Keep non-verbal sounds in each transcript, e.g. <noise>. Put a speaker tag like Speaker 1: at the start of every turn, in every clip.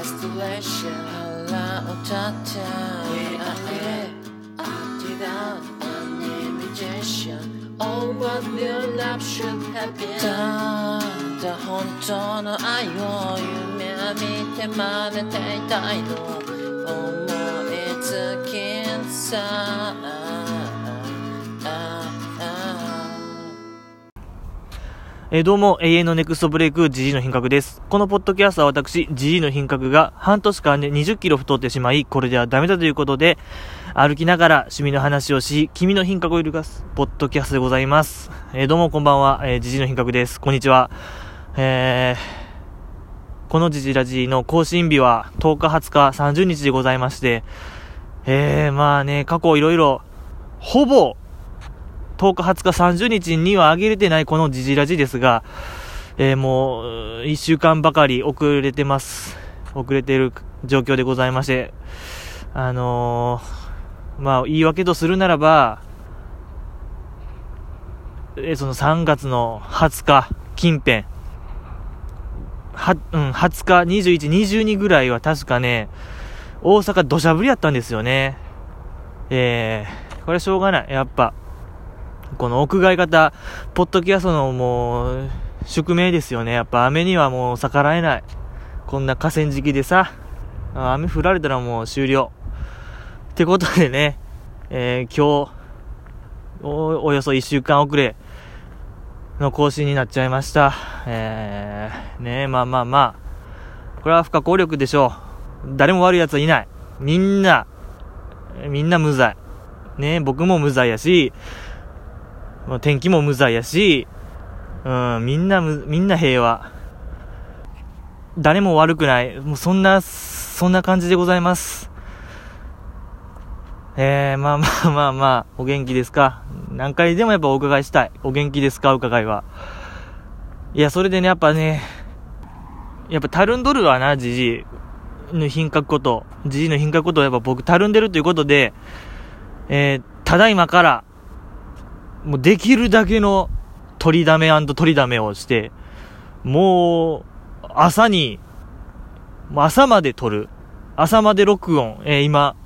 Speaker 1: Delicious 腹を立ってあえあ違う何に満ちし Oh what new love should have been ただ本当の愛を夢見て真似ていたいの思いつきさ ah,
Speaker 2: えーどうも、永遠のネクストブレイク、ジジイの品格です。このポッドキャストは私、ジジイの品格が半年間で20キロ太ってしまい、これではダメだということで、歩きながら趣味の話をし、君の品格を揺るがす、ポッドキャストでございます。えーどうもこんばんは、えー、ジジイの品格です。こんにちは。えー、このジジイラジの更新日は10日、20日、30日でございまして、えー、まあね、過去いろいろ、ほぼ、10日、20日、30日には上げれてないこのジジラジですが、えーもううー、1週間ばかり遅れてます。遅れてる状況でございまして、あのーまあ、言い訳とするならば、えーその3月の20日近辺、は、うん、20日、21、22ぐらいは確かね、大阪土砂降りやったんですよね。えー、これはしょうがない。やっぱ、この屋外型、ポッドキャストのもう、宿命ですよね。やっぱ雨にはもう逆らえない。こんな河川敷でさ、あ雨降られたらもう終了。ってことでね、えー今日、お、およそ1週間遅れの更新になっちゃいました。えー、ねまあまあまあ。これは不可抗力でしょう。誰も悪い奴はいない。みんな、えーみんな無罪。ね僕も無罪やし、もう天気も無罪やし、うん、みんなむ、みんな平和。誰も悪くない。もうそんな、そんな感じでございます。えー、まあまあまあまあ、お元気ですか何回でもやっぱお伺いしたい。お元気ですかお伺いは。いや、それでね、やっぱね、やっぱたるんどるわな、じじいの品格こと。じじいの品格ことをやっぱ僕たるんでるということで、えー、ただいまから、もうできるだけの取りだめ取りだめをして、もう朝に、もう朝まで取る。朝まで録音。えー今、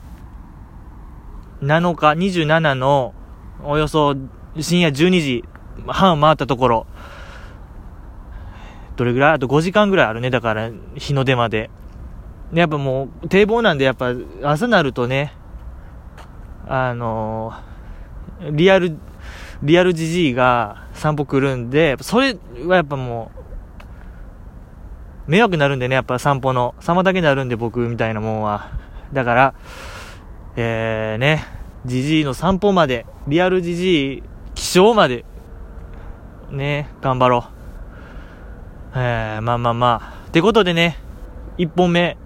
Speaker 2: 7日27のおよそ深夜12時半回ったところ。どれぐらいあと5時間ぐらいあるね。だから日の出まで。でやっぱもう堤防なんでやっぱ朝なるとね、あのーリアルリアルジジイが散歩来るんで、それはやっぱもう、迷惑になるんでね、やっぱ散歩の。妨げになるんで僕みたいなもんは。だから、えー、ね、ジジイの散歩まで、リアルジジイ起床まで、ね、頑張ろう。えー、まあまあまあ。ってことでね、一本目。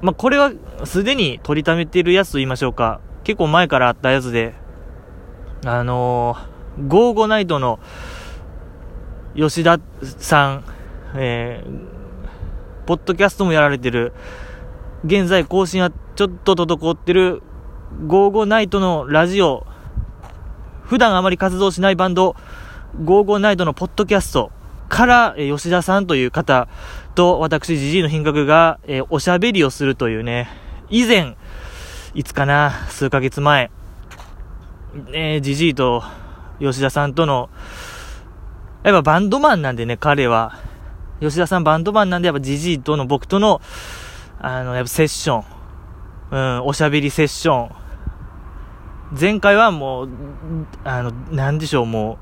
Speaker 2: まあこれはすでに取りためてるやつと言いましょうか。結構前からあったやつで、あのー、ゴーゴナイトの吉田さん、えー、ポッドキャストもやられてる、現在更新はちょっと滞ってる、ゴーゴナイトのラジオ、普段あまり活動しないバンド、ゴーゴナイトのポッドキャストから、えー吉田さんという方と、私、ジジイの品格が、えーおしゃべりをするというね、以前、いつかな、数ヶ月前、ね、ジジイと吉田さんとの、やっぱバンドマンなんでね、彼は。吉田さんバンドマンなんで、やっぱジジイとの僕との、あの、やっぱセッション。うん、おしゃべりセッション。前回はもう、あの、なんでしょう、も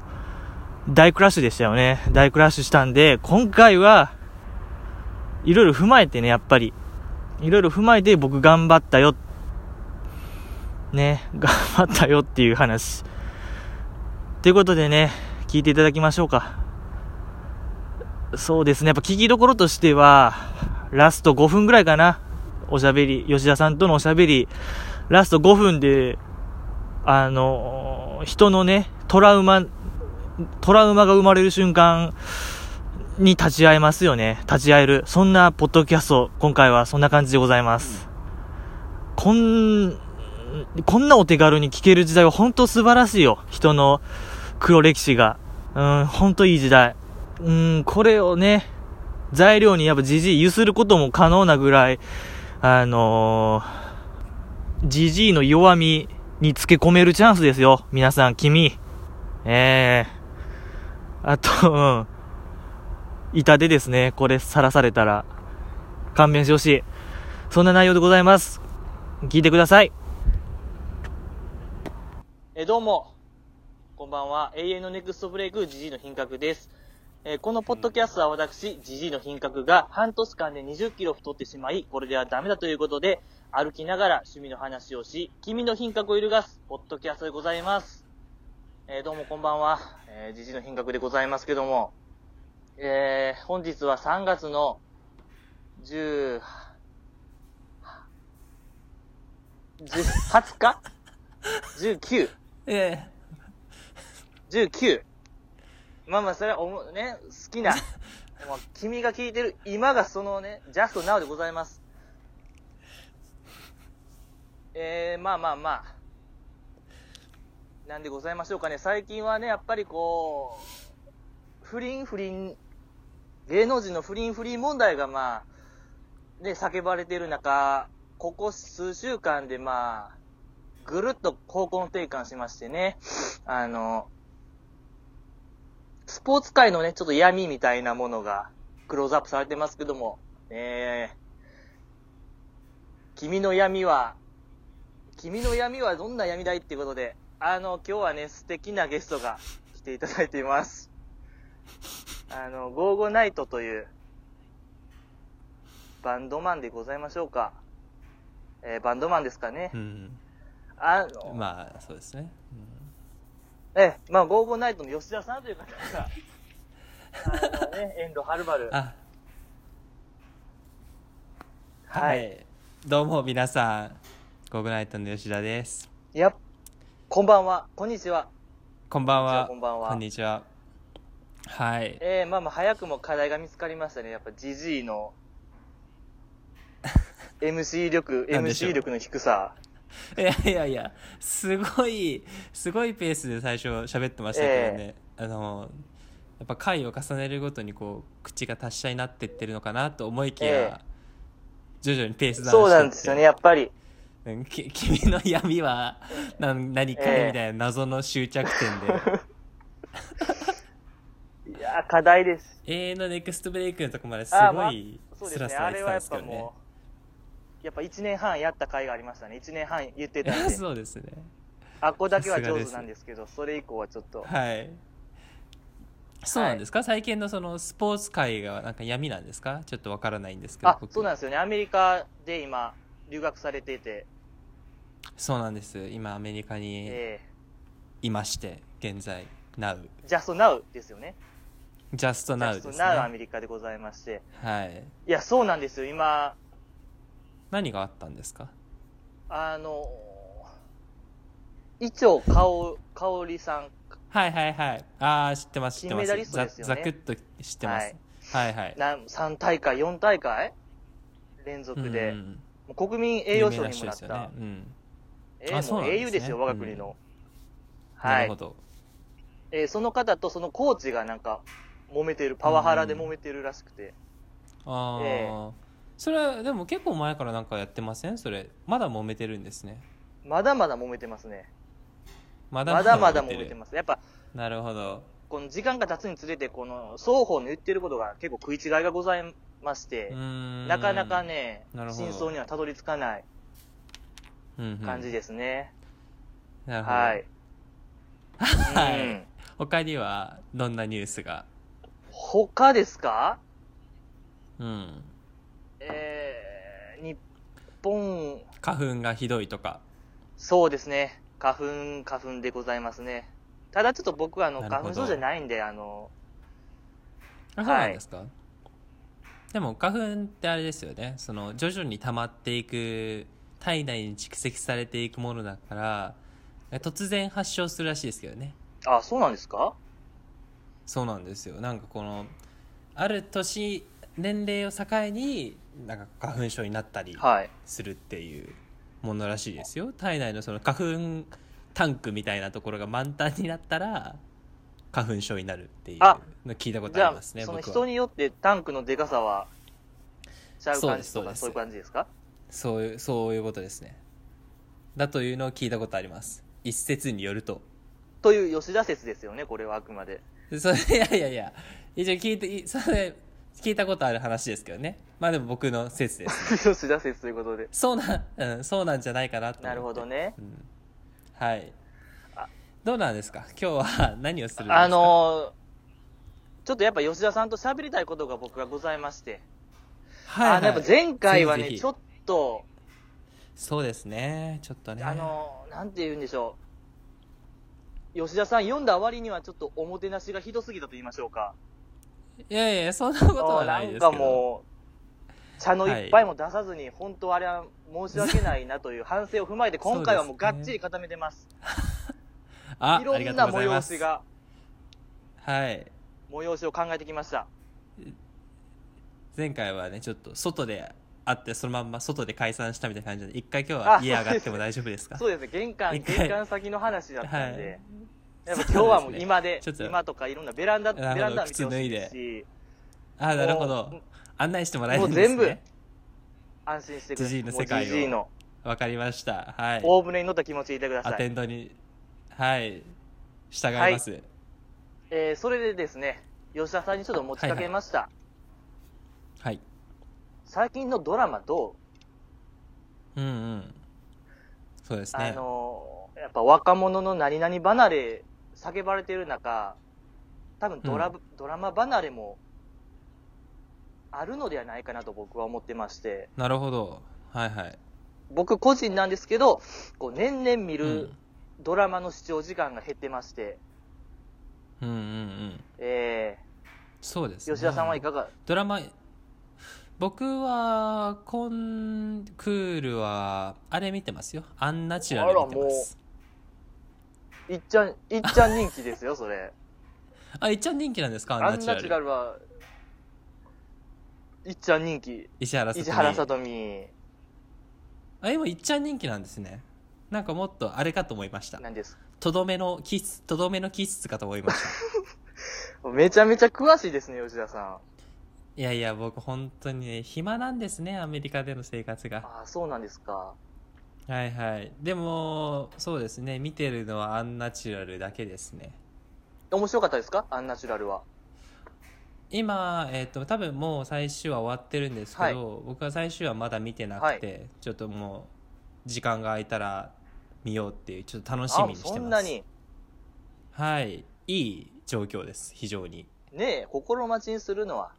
Speaker 2: う、大クラッシュでしたよね。大クラッシュしたんで、今回は、いろいろ踏まえてね、やっぱり。いろいろ踏まえて僕頑張ったよね、頑張ったよっていう話。ということでね、聞いていただきましょうか。そうですね、やっぱ聞きどころとしては、ラスト5分ぐらいかな。おしゃべり、吉田さんとのおしゃべり、ラスト5分で、あの、人のね、トラウマ、トラウマが生まれる瞬間に立ち会えますよね。立ち会える。そんなポッドキャスト、今回はそんな感じでございます。こんこんなお手軽に聞ける時代は本当素晴らしいよ。人の黒歴史が。うん、本当いい時代。うん、これをね、材料にやっぱじじいゆすることも可能なぐらい、あのー、じじいの弱みにつけ込めるチャンスですよ。皆さん、君。ええあと、うん。痛手ですね。これ、さらされたら。勘弁してほしい。そんな内容でございます。聞いてください。え、どうも。こんばんは。永遠のネクストブレイク、ジジイの品格です。えーこのポッドキャストは私、ジジイの品格が半年間で20キロ太ってしまい、これではダメだということで、歩きながら趣味の話をし、君の品格を揺るがす、ポッドキャストでございます。えーどうもこんばんは。えー、ジジイの品格でございますけども、えー本日は3月の10、10 20日 ?19。
Speaker 3: ええ
Speaker 2: 19。まあまあ、それはおも、ね、好きな、まあ君が聞いてる、今がそのね、ジャストナウでございます。えー、まあまあまあ。なんでございましょうかね。最近はね、やっぱりこう、不倫不倫、芸能人の不倫不倫問題がまあ、ね、叫ばれてる中、ここ数週間でまあ、ぐるっと方向転換しましてね、あの、スポーツ界のね、ちょっと闇みたいなものがクローズアップされてますけども、えー、君の闇は、君の闇はどんな闇だいっていうことで、あの、今日はね、素敵なゲストが来ていただいています。あの、ゴーゴナイトという、バンドマンでございましょうか。えー、バンドマンですかね。
Speaker 3: うん。
Speaker 2: あの、
Speaker 3: まあ、そうですね。
Speaker 2: ええ、まあ、ゴーゴーナイトの吉田さんという方が、あのね、
Speaker 3: <laughs>
Speaker 2: 遠藤はるばる
Speaker 3: うん、。あ、
Speaker 2: は。
Speaker 3: はいい。どうも皆さん、ゴグナイトの吉田です。
Speaker 2: いや、こんばんは、こんにちは。
Speaker 3: こんばんは。
Speaker 2: こんばんは
Speaker 3: こんにちは。はい。
Speaker 2: ええ、まあまあ、早くも課題が見つかりましたね。やっぱ、ジジイ
Speaker 3: <laughs>
Speaker 2: の、MC 力、
Speaker 3: なんでしょう
Speaker 2: MC 力の低さ。
Speaker 3: <laughs> いやいやいや、すごい、すごいペースで最初喋ってましたけどね。あの、やっぱ回を重ねるごとにこう、口が達者になってってるのかなと思いきや、
Speaker 2: ええ
Speaker 3: 徐々にペースダウンしてって
Speaker 2: そうなんですよね、やっぱり。
Speaker 3: うんき <laughs> 君の闇はな何か
Speaker 2: ええ
Speaker 3: いみたいな謎の終着点で、
Speaker 2: いや、課題です。
Speaker 3: 永遠のネクストブレイクのとこまです
Speaker 2: あーま
Speaker 3: ご
Speaker 2: あ
Speaker 3: い
Speaker 2: そう
Speaker 3: ス
Speaker 2: です
Speaker 3: ラ
Speaker 2: ね、
Speaker 3: ス
Speaker 2: あ
Speaker 3: ラ言っ
Speaker 2: れ
Speaker 3: てた
Speaker 2: はやっぱ
Speaker 3: んですけどね
Speaker 2: もう、やっぱ1年半やった甲斐がありましたね。1年半言ってたんで。
Speaker 3: <laughs> そうですね
Speaker 2: あっこだけは
Speaker 3: さすが
Speaker 2: 上
Speaker 3: です
Speaker 2: 手なんですけど、それ以降はちょっと。
Speaker 3: はいそうなんですか、最近のそのスポーツ界がなんか闇なんですかちょっとわからないんですけど
Speaker 2: あ、そうなん
Speaker 3: ん
Speaker 2: ですよね。アメリカで今、留学されていて、
Speaker 3: そうなんです今アメリカに
Speaker 2: え
Speaker 3: いまして現在 Now
Speaker 2: ー、Just Now ですよね。
Speaker 3: Just Now です
Speaker 2: Just
Speaker 3: ね
Speaker 2: Now アメリカでございまして。
Speaker 3: はい
Speaker 2: いや、そうなんですよ。今、
Speaker 3: 何があったんですか
Speaker 2: あの、伊調かお、かおりさん。
Speaker 3: はいはいはいああ知ってます知ってま
Speaker 2: 金メ
Speaker 3: す
Speaker 2: ダリストですよね
Speaker 3: ざざくっと知ってます、はい、はい
Speaker 2: なん3大会、4大会連続で、
Speaker 3: うんうん
Speaker 2: もう国民栄誉賞にもなっ
Speaker 3: 有名
Speaker 2: た
Speaker 3: 人。ですよね
Speaker 2: え
Speaker 3: あ
Speaker 2: ー、
Speaker 3: そう
Speaker 2: も
Speaker 3: な
Speaker 2: うん
Speaker 3: です
Speaker 2: 英
Speaker 3: ね
Speaker 2: 雄ですよ、我が国の。
Speaker 3: うん、な
Speaker 2: は
Speaker 3: るほ
Speaker 2: い。
Speaker 3: ど。
Speaker 2: えーその方とそのコーチがなんか、揉めてる、パワハラで揉めてるらしくて。
Speaker 3: ああ、
Speaker 2: え
Speaker 3: それはでも結構前からなんかやってませんそれまだ揉めてるんですね。
Speaker 2: まだまだ揉めてますね。
Speaker 3: まだ
Speaker 2: まだまだ揉めて
Speaker 3: る
Speaker 2: ます。やっぱ、
Speaker 3: なるほど。
Speaker 2: この時間が経つにつれて、この双方の言ってることが結構食い違いがございまして
Speaker 3: うー、ん
Speaker 2: なかなか、ね
Speaker 3: なる、ほど
Speaker 2: 真相にはたどり着かない感じ
Speaker 3: で。
Speaker 2: ですね。
Speaker 3: なるほど。
Speaker 2: はい。
Speaker 3: はい
Speaker 2: うん
Speaker 3: 他にはどんなニュースが
Speaker 2: 他ですか
Speaker 3: うん。
Speaker 2: えー、日本、
Speaker 3: 花粉がひどいとか。
Speaker 2: そうですね。花粉、花粉でございますね。ただちょっと僕はあの、
Speaker 3: なるほ
Speaker 2: 花
Speaker 3: ど
Speaker 2: 粉症じゃないんで、あの、
Speaker 3: あそうなんですか、でも花粉ってあれですよねその徐々に溜まっていく体内に蓄積されていくものだから突然発症するらしいですけどね
Speaker 2: あ、そうなんですか
Speaker 3: そうなんですよなんかこのある年年齢を境になんか花粉症になったり
Speaker 2: はい。
Speaker 3: するっていうものらしいですよ体内のその花粉タンクみたいなところが満タンになったら花粉症になるっていう
Speaker 2: あ
Speaker 3: の聞いたこと
Speaker 2: じ
Speaker 3: あ
Speaker 2: ゃ
Speaker 3: り
Speaker 2: あ、
Speaker 3: ますね
Speaker 2: その
Speaker 3: 僕
Speaker 2: 人
Speaker 3: は
Speaker 2: によってタンクのでかさは、ちゃう感じと
Speaker 3: そうですそうで
Speaker 2: か、
Speaker 3: す
Speaker 2: そういう感じですか
Speaker 3: そういうそういうことですねだというのを聞いたことあります一説によると
Speaker 2: という吉田説ですよね、これはあくまで。 <laughs>
Speaker 3: でそれいやいやいや一応聞いていそれ聞いたことある話ですけどねまあでも僕の説ですね
Speaker 2: 吉田説ということで。
Speaker 3: そうなん、うん、そうなんじゃないかなと思って
Speaker 2: なるほどね。
Speaker 3: うんはいどうなんですか今日は <laughs> 何をするんですか
Speaker 2: あのーちょっとやっぱ吉田さんと喋りたいことが僕はございまして。
Speaker 3: はいはい
Speaker 2: あのやっぱ前回は
Speaker 3: ぜひ
Speaker 2: ね、
Speaker 3: ぜひ
Speaker 2: ちょっと、
Speaker 3: そうですねちょっとね
Speaker 2: あのーなんて言うんでしょう。吉田さん読んだ割にはちょっとおもてなしがひどすぎたと言いましょうか。
Speaker 3: いやいやそんなことはないですけど
Speaker 2: なんかもう、茶の一杯も出さずに、本当あれは申し訳ないなという反省を踏まえて、今回はもうがっちり固めてます。
Speaker 3: あ
Speaker 2: いろ
Speaker 3: あり
Speaker 2: ん
Speaker 3: がと
Speaker 2: な
Speaker 3: うござい
Speaker 2: 催
Speaker 3: ます
Speaker 2: しが、
Speaker 3: はい
Speaker 2: 催しを考えてきました。
Speaker 3: 前回はねちょっと外で会ってそのまんま外で解散したみたいな感じで一回今日は
Speaker 2: あ
Speaker 3: 家上がっても大丈夫ですか
Speaker 2: そうですね、玄関、
Speaker 3: 一回
Speaker 2: 玄関先の話だったんで。
Speaker 3: はい
Speaker 2: やっぱ今日はも
Speaker 3: そう
Speaker 2: う
Speaker 3: ですね
Speaker 2: 今で
Speaker 3: ちょっと
Speaker 2: 今とかいろんなベランダ、ベ
Speaker 3: なるほど
Speaker 2: ランダ見てほしい
Speaker 3: 靴脱
Speaker 2: し、
Speaker 3: あなるほ
Speaker 2: も
Speaker 3: ど
Speaker 2: う
Speaker 3: 案内してもらえるんですね
Speaker 2: もう全安心してください。
Speaker 3: ジジイの世
Speaker 2: も
Speaker 3: 界を
Speaker 2: うジジイの
Speaker 3: わかりましたはい
Speaker 2: 大船に乗った気持ちでいてくだ
Speaker 3: ア
Speaker 2: さ
Speaker 3: テ
Speaker 2: い。
Speaker 3: ンドにはい従います、
Speaker 2: えー、それでですね、吉田さんにちょっと持ちかけました。
Speaker 3: はい
Speaker 2: 最近のドラマど
Speaker 3: うんうんそうです
Speaker 2: う、
Speaker 3: ね
Speaker 2: あのー、やっぱ若者の何々離れ叫ばれてる中、多分ドラ、
Speaker 3: う
Speaker 2: ドラマ離れもあるのではないかなと僕は思ってまして、
Speaker 3: なるほどはいはい
Speaker 2: 僕個人なんですけど、こう年々見
Speaker 3: う
Speaker 2: る
Speaker 3: ん
Speaker 2: ドラマの視聴時間が減ってまして、
Speaker 3: うんうんうん
Speaker 2: え
Speaker 3: そうです
Speaker 2: ー
Speaker 3: ね
Speaker 2: 吉田さんはいかが、
Speaker 3: ドラマ僕はコンクールはあれ見てますよアンナチュラル見てます
Speaker 2: いっちゃん、いっちゃん人気ですよ、それ。
Speaker 3: <laughs> あいっちゃん人気なんですかア
Speaker 2: ア
Speaker 3: ン
Speaker 2: ン
Speaker 3: ナチュ
Speaker 2: ナ
Speaker 3: ラ
Speaker 2: チ
Speaker 3: ル
Speaker 2: ュラルは、いっちゃん人気。
Speaker 3: 石原さとみ
Speaker 2: 石原さとみ
Speaker 3: あ今いっちゃん人気なんですねなんかもっとあれかと思いました
Speaker 2: なんです。
Speaker 3: とどめのキスとどめのキスかと思いました
Speaker 2: めちゃめちゃ詳しいですね、吉田さん。
Speaker 3: いやいや僕本当にね暇なんですねアメリカでの生活が
Speaker 2: ああ、そうなんですか。
Speaker 3: はいはいでもそうですね見てるのはアンナチュラルだけですね
Speaker 2: 面白かったですかアンナチュラルは。
Speaker 3: 今、えっと多分もう最終話終わってるんですけど、僕は最終話まだ見てなくて、ちょっともう時間が空いたら見ようっていうちょっと楽しみにして
Speaker 2: あ
Speaker 3: ます
Speaker 2: そんなに。
Speaker 3: はいいい状況です非常に
Speaker 2: ねえ、心待ちにするのは。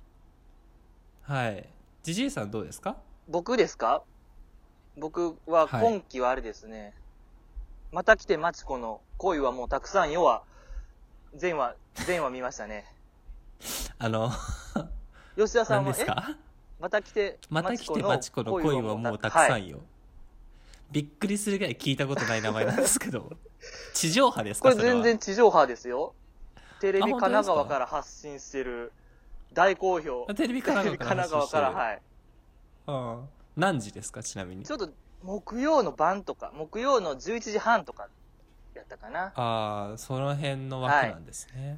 Speaker 3: はいジジイさんどうですか
Speaker 2: 僕ですか僕は
Speaker 3: はい
Speaker 2: 今期はあれですね。また来てマチコの恋はもうたくさん、要は、前話、前話見ましたね。
Speaker 3: あの
Speaker 2: 吉田さん
Speaker 3: 何
Speaker 2: は
Speaker 3: で、す
Speaker 2: え
Speaker 3: か
Speaker 2: また来て、
Speaker 3: また来てマチコの恋はもうたくさんよ、びっくりするぐらい聞いたことない名前なんですけ
Speaker 2: <laughs>
Speaker 3: ど地上波です
Speaker 2: こ
Speaker 3: か
Speaker 2: れ
Speaker 3: それ
Speaker 2: 全
Speaker 3: は
Speaker 2: 然地上波ですよ。テレビ
Speaker 3: あ
Speaker 2: 神
Speaker 3: 本当ですか
Speaker 2: 奈川から発信してる、大好評。
Speaker 3: あテレビ神奈川から発信してる
Speaker 2: テレビ神奈川からはい。
Speaker 3: うん何時ですかちなみに
Speaker 2: ちょっと、木曜の晩とか、木曜の11時半とか、やったかな。
Speaker 3: ああその辺の枠なんですね、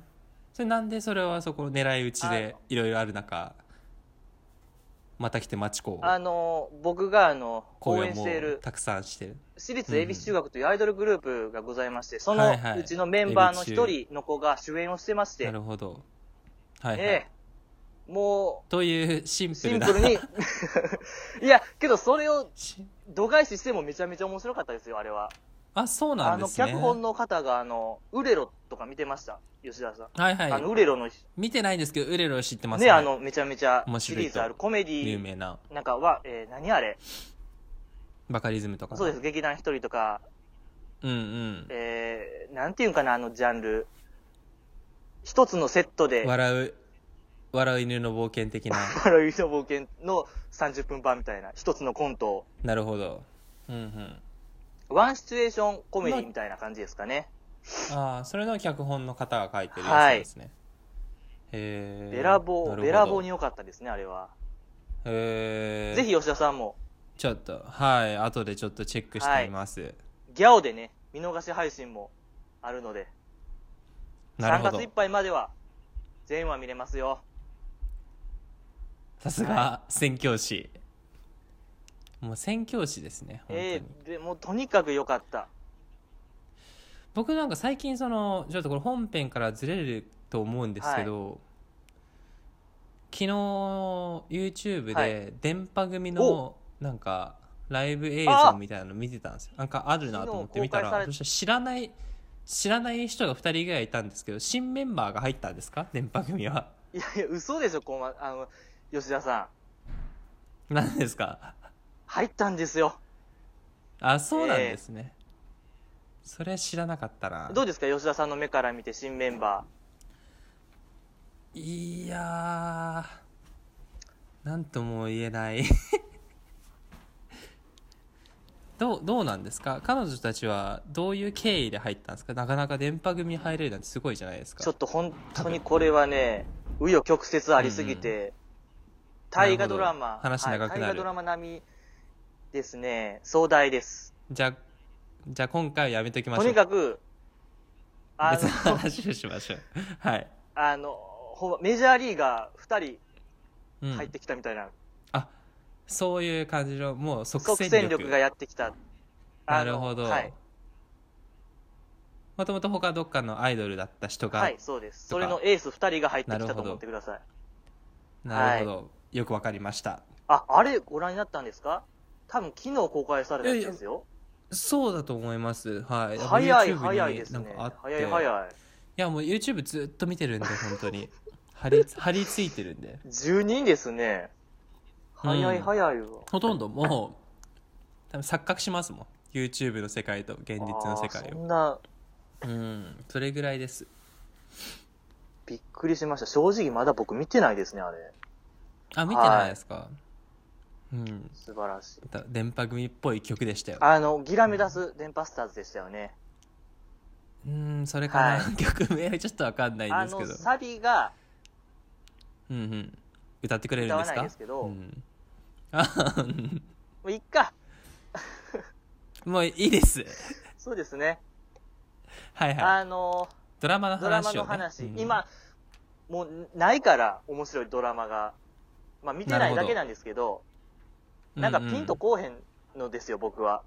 Speaker 3: それなんでそれはそこ狙い撃ちでいろいろある中また来て町子を
Speaker 2: あの、僕が、あの、応援している、
Speaker 3: たくさんしてる
Speaker 2: 私立恵比寿中学というアイドルグループがございまして、そ
Speaker 3: は
Speaker 2: の
Speaker 3: いはいう
Speaker 2: ちのメンバーの一人の子が主演をしてまして、
Speaker 3: なるほどはい、はい
Speaker 2: ええ、も
Speaker 3: というシ
Speaker 2: う、
Speaker 3: ンプ
Speaker 2: シ
Speaker 3: ル
Speaker 2: ン
Speaker 3: な
Speaker 2: プルに、 <laughs> いや、けどそれを
Speaker 3: <laughs> し
Speaker 2: 度外視してもめちゃめちゃ面白かったですよ、あれは。
Speaker 3: あそうな
Speaker 2: あ
Speaker 3: んで
Speaker 2: の、
Speaker 3: すね
Speaker 2: 脚本の方が、あの、ウレロとか見てました、吉田さん。
Speaker 3: はいは
Speaker 2: あ
Speaker 3: い
Speaker 2: の、ウレロの、
Speaker 3: 見てないんですけどウレロ知ってます
Speaker 2: ね、あの、めちゃめちゃ
Speaker 3: 面
Speaker 2: シ
Speaker 3: 白いと
Speaker 2: リーズあるコメデ
Speaker 3: 有
Speaker 2: ィ
Speaker 3: 名な
Speaker 2: なんかは、えー何あれ
Speaker 3: バカリズムとかの
Speaker 2: そうです、劇団一人とか、
Speaker 3: うんうん
Speaker 2: えー、なんていうんかな、あのジャンル。一つのセットで、
Speaker 3: 笑う笑う犬の冒
Speaker 2: <laughs>
Speaker 3: 険的な
Speaker 2: 笑いの冒険の30分版みたいな、一つのコントを、
Speaker 3: なるほどうんうん
Speaker 2: ワンシチュエーションコメディみたいな感じですかね。
Speaker 3: ああそれの脚本の方が書いてる
Speaker 2: は
Speaker 3: やつ
Speaker 2: い
Speaker 3: ですね、へえ
Speaker 2: べらぼう、
Speaker 3: なるほど
Speaker 2: べらぼうに良かったですね、あれは。
Speaker 3: へえ
Speaker 2: ぜひ吉田さんも、
Speaker 3: ちょっとはい後でちょっとチェックしてみます、
Speaker 2: ギャオでね、見逃し配信もあるので、
Speaker 3: な
Speaker 2: 3
Speaker 3: るほ
Speaker 2: 月
Speaker 3: ど
Speaker 2: いっ。ぱいまでは全話見れますよ
Speaker 3: さすが、宣教師。もう宣教師ですね、本当に。
Speaker 2: ええでもうとにかく良かった
Speaker 3: 僕なんか最近そのちょっとこれ本編からずれると思うんですけど、昨日 YouTube
Speaker 2: は
Speaker 3: で電波組の
Speaker 2: お
Speaker 3: なんかライブ映像みたいなの見てたんですよなんかあるなと思って見た
Speaker 2: 昨日公開され
Speaker 3: らそしたら知らない知らない人が2人ぐらいいたんですけど新メンバーが入ったんですか電波組は <laughs>
Speaker 2: いやいや嘘でしょこうまあの吉田さん
Speaker 3: 何ですか
Speaker 2: 入ったんですよ
Speaker 3: あそうなんですね、それ知らなかったな
Speaker 2: どうですか吉田さんの目から見て新メンバ
Speaker 3: いやー、なんとも言えない。 <laughs> どう、どうなんですか彼女たちはどういう経緯で入ったんですかなかなか電波組入れるなんてすごいじゃないです
Speaker 2: ーちょ
Speaker 3: か
Speaker 2: っ。と本当にこれはね紆余曲折ありすぎて、大河ドラ
Speaker 3: なる
Speaker 2: マ
Speaker 3: ほど話長くなる
Speaker 2: はい、大河ドラマ並みですね壮大です
Speaker 3: じゃあ、じゃあ今回はやめときましょ
Speaker 2: と
Speaker 3: う。
Speaker 2: にかくあ
Speaker 3: 別の
Speaker 2: の
Speaker 3: 話をしましょう。はい。
Speaker 2: <laughs> あのほメジャーリーガー2
Speaker 3: うん
Speaker 2: 人入ってきたみたいな、
Speaker 3: あ、そういう感じの、もう即
Speaker 2: 即
Speaker 3: 戦力。
Speaker 2: 戦力がやってきた
Speaker 3: な
Speaker 2: あの
Speaker 3: るほど。
Speaker 2: はい、
Speaker 3: もともと他どっかのアイドルだった人が、
Speaker 2: はい、そうですそ
Speaker 3: とか
Speaker 2: れのエース2人が入ってき
Speaker 3: なる
Speaker 2: た
Speaker 3: ほ
Speaker 2: と
Speaker 3: ど
Speaker 2: 思ってください
Speaker 3: なるほど、よくわかりました。
Speaker 2: ああれご覧になったんですか多分昨日公開されたやつですよ
Speaker 3: そうだと思います。はい。
Speaker 2: 早い
Speaker 3: YouTube に
Speaker 2: 早いです
Speaker 3: なん
Speaker 2: ね
Speaker 3: かあって
Speaker 2: 早い早い
Speaker 3: いや、もう YouTube ずっと見てるんで、本当に。 <laughs> 張り、張り付いてるんで。
Speaker 2: 10人ですね
Speaker 3: うん
Speaker 2: 早い早いわ、
Speaker 3: ほとんどもう、多分錯覚しますもん。YouTube の世界と現実の世界
Speaker 2: あーそ
Speaker 3: を。
Speaker 2: んな
Speaker 3: うん。それぐらいです。
Speaker 2: びっくりしました正直まだ僕見てないですねあれ
Speaker 3: あ、見てないですか、うん。
Speaker 2: 素晴らしい
Speaker 3: だ電波組っぽい曲でしたよ。
Speaker 2: あのギラメダス電波スターズでしたよね
Speaker 3: うん、それかな。
Speaker 2: は
Speaker 3: <laughs> 曲名はちょっとわかんないん
Speaker 2: あ
Speaker 3: ですけ
Speaker 2: の
Speaker 3: ど。
Speaker 2: サビが
Speaker 3: うんうん。歌ってくれるんで
Speaker 2: 歌
Speaker 3: す
Speaker 2: わない
Speaker 3: か
Speaker 2: ですけど
Speaker 3: うん。あ
Speaker 2: もういっか
Speaker 3: もういいです。
Speaker 2: そうですね、
Speaker 3: はいはい。
Speaker 2: あの
Speaker 3: ドラマの話を、ね、
Speaker 2: ドラマの話、
Speaker 3: うん
Speaker 2: 今もうないから面白いドラマがまあ見てないだけなんですけどなんかピンとこうへんのですよ、僕は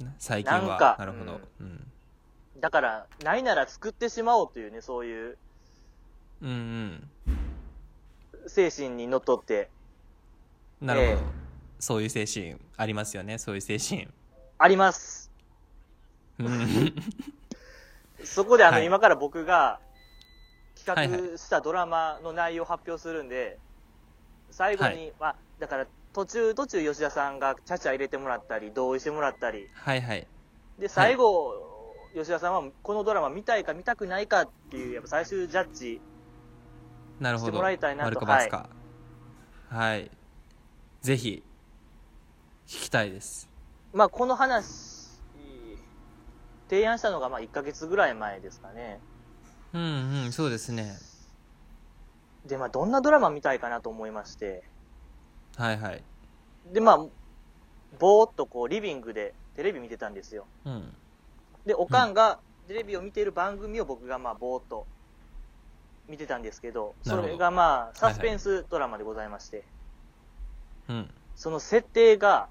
Speaker 3: うんうん最近は
Speaker 2: な
Speaker 3: なん
Speaker 2: か
Speaker 3: るほど、うん
Speaker 2: だからないなら作ってしまおうというねそういう
Speaker 3: うんうん
Speaker 2: 精神にのっとって
Speaker 3: なるほど、
Speaker 2: ええ
Speaker 3: そういう精神ありますよねそういう精神
Speaker 2: あります
Speaker 3: うん
Speaker 2: <laughs> そこであの、
Speaker 3: はい
Speaker 2: 今から僕が
Speaker 3: はい
Speaker 2: 企画したドラマの内容を発表するんで、最後に、
Speaker 3: は
Speaker 2: まあだから途中途中吉田さんがちゃちゃ入れてもらったり同意してもらったり
Speaker 3: はいはい
Speaker 2: で最後、吉田さんはこのドラマ見たいか見たくないかっていうやっぱ最終ジャッジ
Speaker 3: なる
Speaker 2: し
Speaker 3: ほ
Speaker 2: て
Speaker 3: ど
Speaker 2: もらいたいなと
Speaker 3: 丸か×かはい、ぜひ聞きたいです
Speaker 2: まあこの話提案したのがまあ1ヶ月ぐらい前ですかね
Speaker 3: うんうんそうですね
Speaker 2: でまあどんなドラマ見たいかなと思いまして
Speaker 3: はいはい
Speaker 2: でまあぼーっとこうリビングでテレビ見てたんですよ
Speaker 3: うん
Speaker 2: でおかんがテレビを見ている番組を僕がまあぼーっと見てたんですけど
Speaker 3: な
Speaker 2: そ
Speaker 3: るほど
Speaker 2: れがまあサスペンスドラマでございまして、
Speaker 3: うん
Speaker 2: その設定が、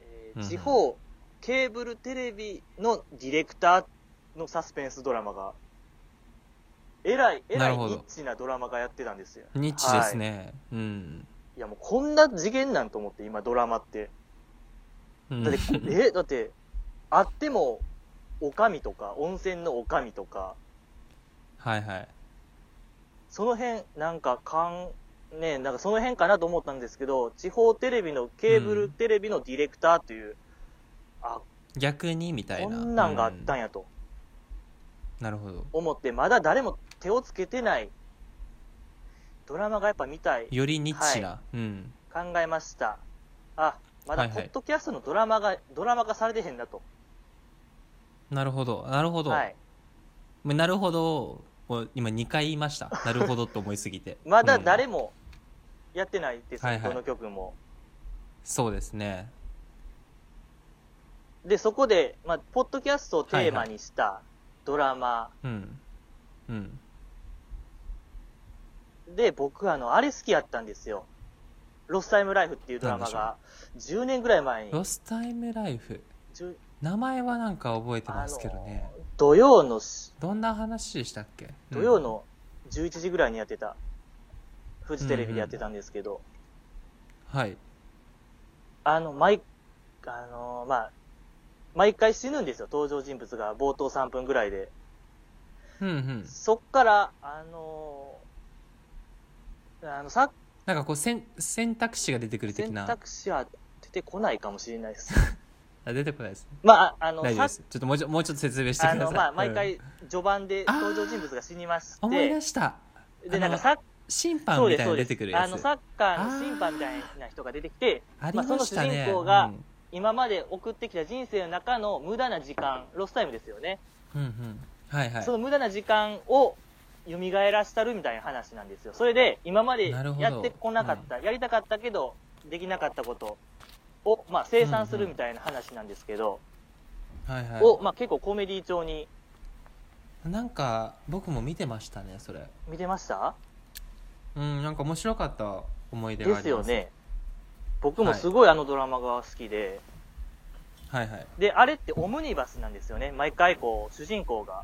Speaker 2: えー
Speaker 3: うんうん
Speaker 2: 地方ケーブルテレビのディレクターのサスペンスドラマが、えらい、えら
Speaker 3: なる
Speaker 2: いニ
Speaker 3: ほど
Speaker 2: ッチなドラマがやってたんですよ。
Speaker 3: ニッチですね、うん
Speaker 2: いやもうこんな次元なんと思って今ドラマって。
Speaker 3: うん
Speaker 2: だって、え、だって、あっても、おかみとか、温泉のおかみとか、
Speaker 3: はいはい
Speaker 2: その辺、なんか、かん、ね、なんかその辺かなと思ったんですけど、地方テレビの、ケーブ
Speaker 3: う
Speaker 2: ル
Speaker 3: ん
Speaker 2: テレビのディレクターという、あ、
Speaker 3: 逆にみたい
Speaker 2: こ
Speaker 3: なん
Speaker 2: なんがあったん
Speaker 3: や、
Speaker 2: やと。
Speaker 3: うんなるほど
Speaker 2: 思ってまだ誰も手をつけてないドラマがやっぱ見たい
Speaker 3: よりニッチな、うん
Speaker 2: 考えましたあまだ
Speaker 3: はいは
Speaker 2: ポ
Speaker 3: い
Speaker 2: ッドキャストのドラマが、ドラマ化されてへんなと
Speaker 3: なるほど、なるほど。
Speaker 2: はい、。
Speaker 3: もうなるほどを今2回言いました。なるほどと思いすぎて
Speaker 2: まだ
Speaker 3: う
Speaker 2: 誰
Speaker 3: ん
Speaker 2: もやってないです、
Speaker 3: はいはい
Speaker 2: この曲も
Speaker 3: そうですね。
Speaker 2: でそこで、まあ、ポッドキャストをテーマにしたドラマ
Speaker 3: うん。うん。
Speaker 2: で、僕、あの、あれ好きやったんですよ。ロスタイムライフっていうドラマが、10年ぐらい前に、
Speaker 3: ロスタイムライフ。
Speaker 2: 10
Speaker 3: 名前はなんか覚えてますけどね。
Speaker 2: 土曜のし、
Speaker 3: どんな話でしたっけ
Speaker 2: 土曜
Speaker 3: うん
Speaker 2: の11時ぐらいにやってた、フジテレビでやってたんですけど、
Speaker 3: はい。
Speaker 2: あの、毎、あの、まあ、毎回死ぬんですよ、登場人物が冒頭3分ぐらいで。
Speaker 3: うんうん。
Speaker 2: そっから、あの、あの、さ
Speaker 3: なんかこう選選択肢が出てくる的
Speaker 2: 選
Speaker 3: な。
Speaker 2: 択肢は出てこないかもしれないです。 <laughs>
Speaker 3: あ出てこないですね。
Speaker 2: まあ、あの、
Speaker 3: 大丈
Speaker 2: さ
Speaker 3: 夫です。ちょっともうちょもうちょっと説明して
Speaker 2: あ
Speaker 3: くだ
Speaker 2: の、
Speaker 3: さい。
Speaker 2: まあ、毎
Speaker 3: うん
Speaker 2: 回、序盤で
Speaker 3: あー
Speaker 2: 登場人物が死にまし
Speaker 3: 思い出
Speaker 2: て、
Speaker 3: した。
Speaker 2: で、なんか
Speaker 3: あ
Speaker 2: サッ
Speaker 3: 審判
Speaker 2: そう
Speaker 3: み
Speaker 2: で
Speaker 3: た
Speaker 2: す
Speaker 3: い
Speaker 2: そ
Speaker 3: な
Speaker 2: う
Speaker 3: の
Speaker 2: で
Speaker 3: 出
Speaker 2: す
Speaker 3: てくる
Speaker 2: あ
Speaker 3: や
Speaker 2: の、
Speaker 3: つ。
Speaker 2: サッカーの審判みたいな人が出てきて、
Speaker 3: ありました
Speaker 2: まあ
Speaker 3: ね。
Speaker 2: その主人公が
Speaker 3: うん
Speaker 2: 今まで送ってきた人生の中の無駄な時間、ロスタイムですよね。
Speaker 3: うんうん。はいはい
Speaker 2: そ。の無駄な時間を蘇らしたるみたいな話なんですよ。それで、今まで
Speaker 3: なるほど
Speaker 2: やってこなかった、やりたかったけど、できなかったことを、まあ、生産するみたいな話なんですけど、
Speaker 3: はいはい。
Speaker 2: を、まあ、結構コメディ調に
Speaker 3: なんか僕も見てましたねそれ
Speaker 2: 見てました
Speaker 3: うんなんか面白かった思い出
Speaker 2: で
Speaker 3: があ
Speaker 2: す
Speaker 3: りま
Speaker 2: よ
Speaker 3: す
Speaker 2: ね。僕もすごいあのドラマが好きで、
Speaker 3: はいはい
Speaker 2: で、あれってオムニバスなんですよね。毎回こう、主人公が